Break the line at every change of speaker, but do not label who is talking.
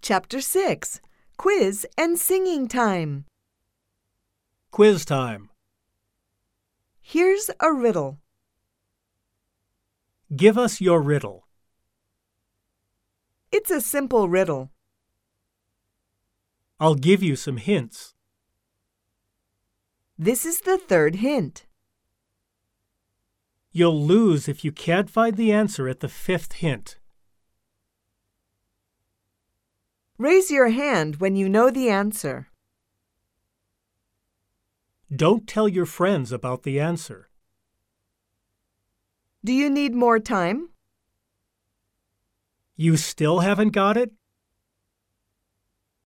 Chapter 6 Quiz and Singing Time.
Quiz time.
Here's a riddle.
Give us your riddle.
It's a simple riddle.
I'll give you some hints.
This is the third hint.
You'll lose if you can't find the answer at the fifth hint.
Raise your hand when you know the answer.
Don't tell your friends about the answer.
Do you need more time?
You still haven't got it?